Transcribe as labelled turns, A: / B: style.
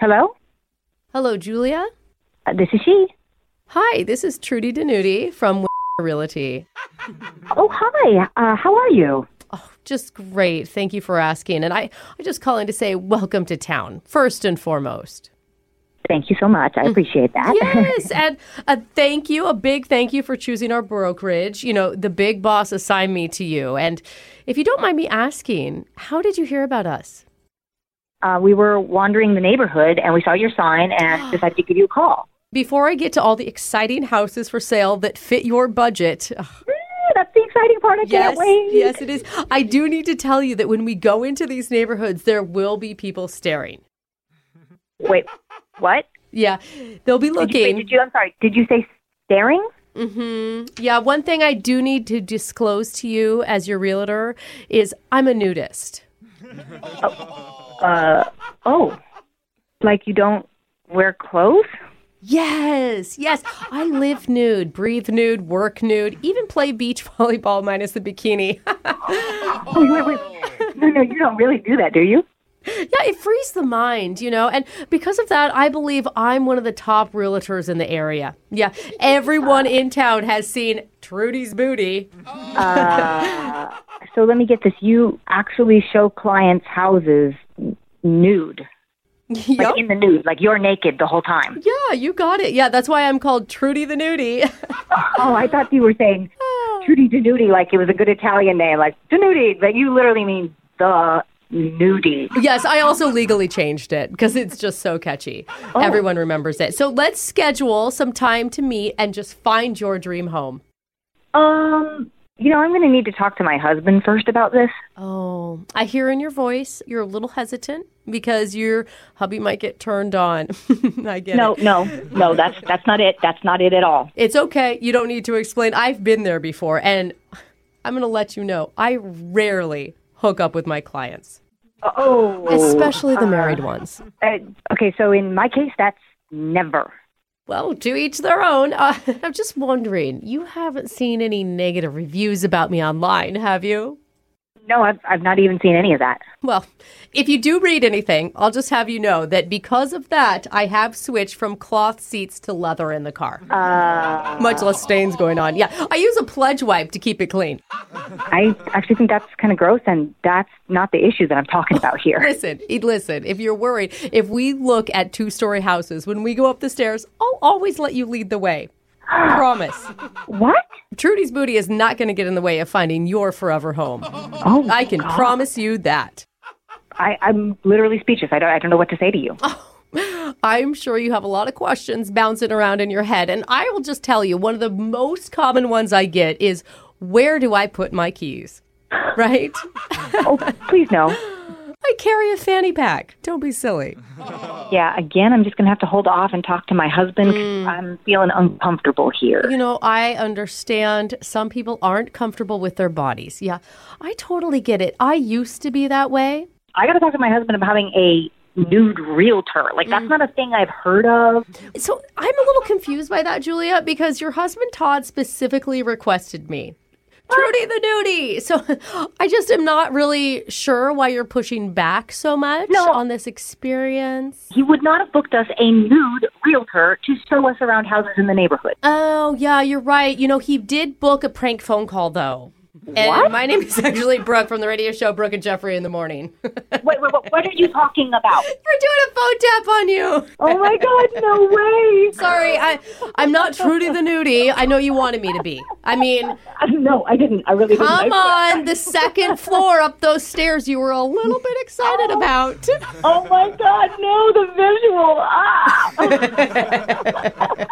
A: Hello?
B: Hello, Julia.
A: Uh, this is she.
B: Hi, this is Trudy Danuti from Realty.
A: Oh, hi. Uh, how are you?
B: Oh, just great. Thank you for asking. And I, I just calling to say welcome to town, first and foremost.
A: Thank you so much. I appreciate that.
B: Mm. Yes, and a thank you, a big thank you for choosing our brokerage. You know, the big boss assigned me to you. And if you don't mind me asking, how did you hear about us?
A: Uh, we were wandering the neighborhood and we saw your sign and decided to give you a call.
B: Before I get to all the exciting houses for sale that fit your budget,
A: Ooh, Oh, that's the exciting part. I
B: Yes,
A: can't wait.
B: yes, it is. I do need to tell you that when we go into these neighborhoods, there will be people staring.
A: Wait, what?
B: Yeah, they'll be
A: Did you, wait,
B: looking.
A: did you, I'm sorry, did you say staring?
B: Mm-hmm. Yeah, one thing I do need to disclose to you as your realtor is I'm a nudist.
A: Oh, like you don't wear clothes?
B: Yes, yes. I live nude, breathe nude, work nude, even play beach volleyball minus the bikini.
A: Wait, Oh, wait, wait. No, no, you don't really do that, do you?
B: Yeah, it frees the mind, you know. And because of that, I believe I'm one of the top realtors in the area. Yeah, everyone in town has seen Trudy's booty.
A: So let me get this. You actually show clients houses nude, like
B: Yep.
A: in the nude, like you're naked the whole time.
B: Yeah, you got it. Yeah, that's why I'm called Trudy the Nudie.
A: Oh, I thought you were saying Trudy Danuti, like it was a good Italian name, like Danuti, but you literally mean the nudie.
B: yes, I also legally changed it because it's just so catchy.
A: Oh.
B: Everyone remembers it. So let's schedule some time to meet and just find your dream home.
A: Um, you know, I'm going to need to talk to my husband first about this.
B: Oh, I hear in your voice you're a little hesitant because your hubby might get turned on. I get it.
A: No, no, no, that's that's not it. That's not it at all.
B: It's okay. You don't need to explain. I've been there before, and I'm going to let you know I rarely hook up with my clients,
A: Oh,
B: especially the married ones.
A: uh, okay. So in my case, that's never.
B: Well, to each their own. Uh, I'm just wondering, you haven't seen any negative reviews about me online, have you?
A: No, I've I've not even seen any of that.
B: Well, if you do read anything, I'll just have you know that because of that, I have switched from cloth seats to leather in the car. Much less stains going on. Yeah, I use a pledge wipe to keep it clean.
A: I actually think that's kind of gross, and that's not the issue that I'm talking about here.
B: Listen, eh, listen, if you're worried, if we look at two story houses, when we go up the stairs, I'll always let you lead the way. Promise.
A: What?
B: Trudy's booty is not going to get in the way of finding your forever home.
A: Oh,
B: I can promise you that.
A: I, I'm literally speechless. I don't I don't know what to say to you.
B: I'm sure you have a lot of questions bouncing around in your head, and I will just tell you one of the most common ones I get is where do I put my keys? Right?
A: Oh, please no.
B: I carry a fanny pack. Don't be silly.
A: Yeah, again, I'm just going to have to hold off and talk to my husband. 'cause I'm feeling uncomfortable here.
B: You know, I understand some people aren't comfortable with their bodies. Yeah, I totally get it. I used to be that way.
A: I got to talk to my husband about having a nude realtor. Like, that's not a thing I've heard of.
B: So I'm a little confused by that, Julia, because your husband Todd specifically requested me. Trudy the nudie. So I just am not really sure why you're pushing back so much
A: No.
B: on this experience.
A: He would not have booked us a nude realtor to show us around houses in the neighborhood.
B: Oh, yeah, you're right. You know, he did book a prank phone call, though. And my name is actually Brooke from the radio show Brooke and Jeffrey in the Morning. we're doing
A: Wait, wait, wait, what are you talking about?
B: a phone tap on you.
A: Oh my God, no way.
B: Sorry, I, I'm not Trudy the nudie. I know you wanted me to be. I mean,
A: No, I didn't. I really didn't.
B: Come
A: I-
B: on, the second floor up those stairs you were a little bit excited about.
A: Oh my God, no, the visual. Ah.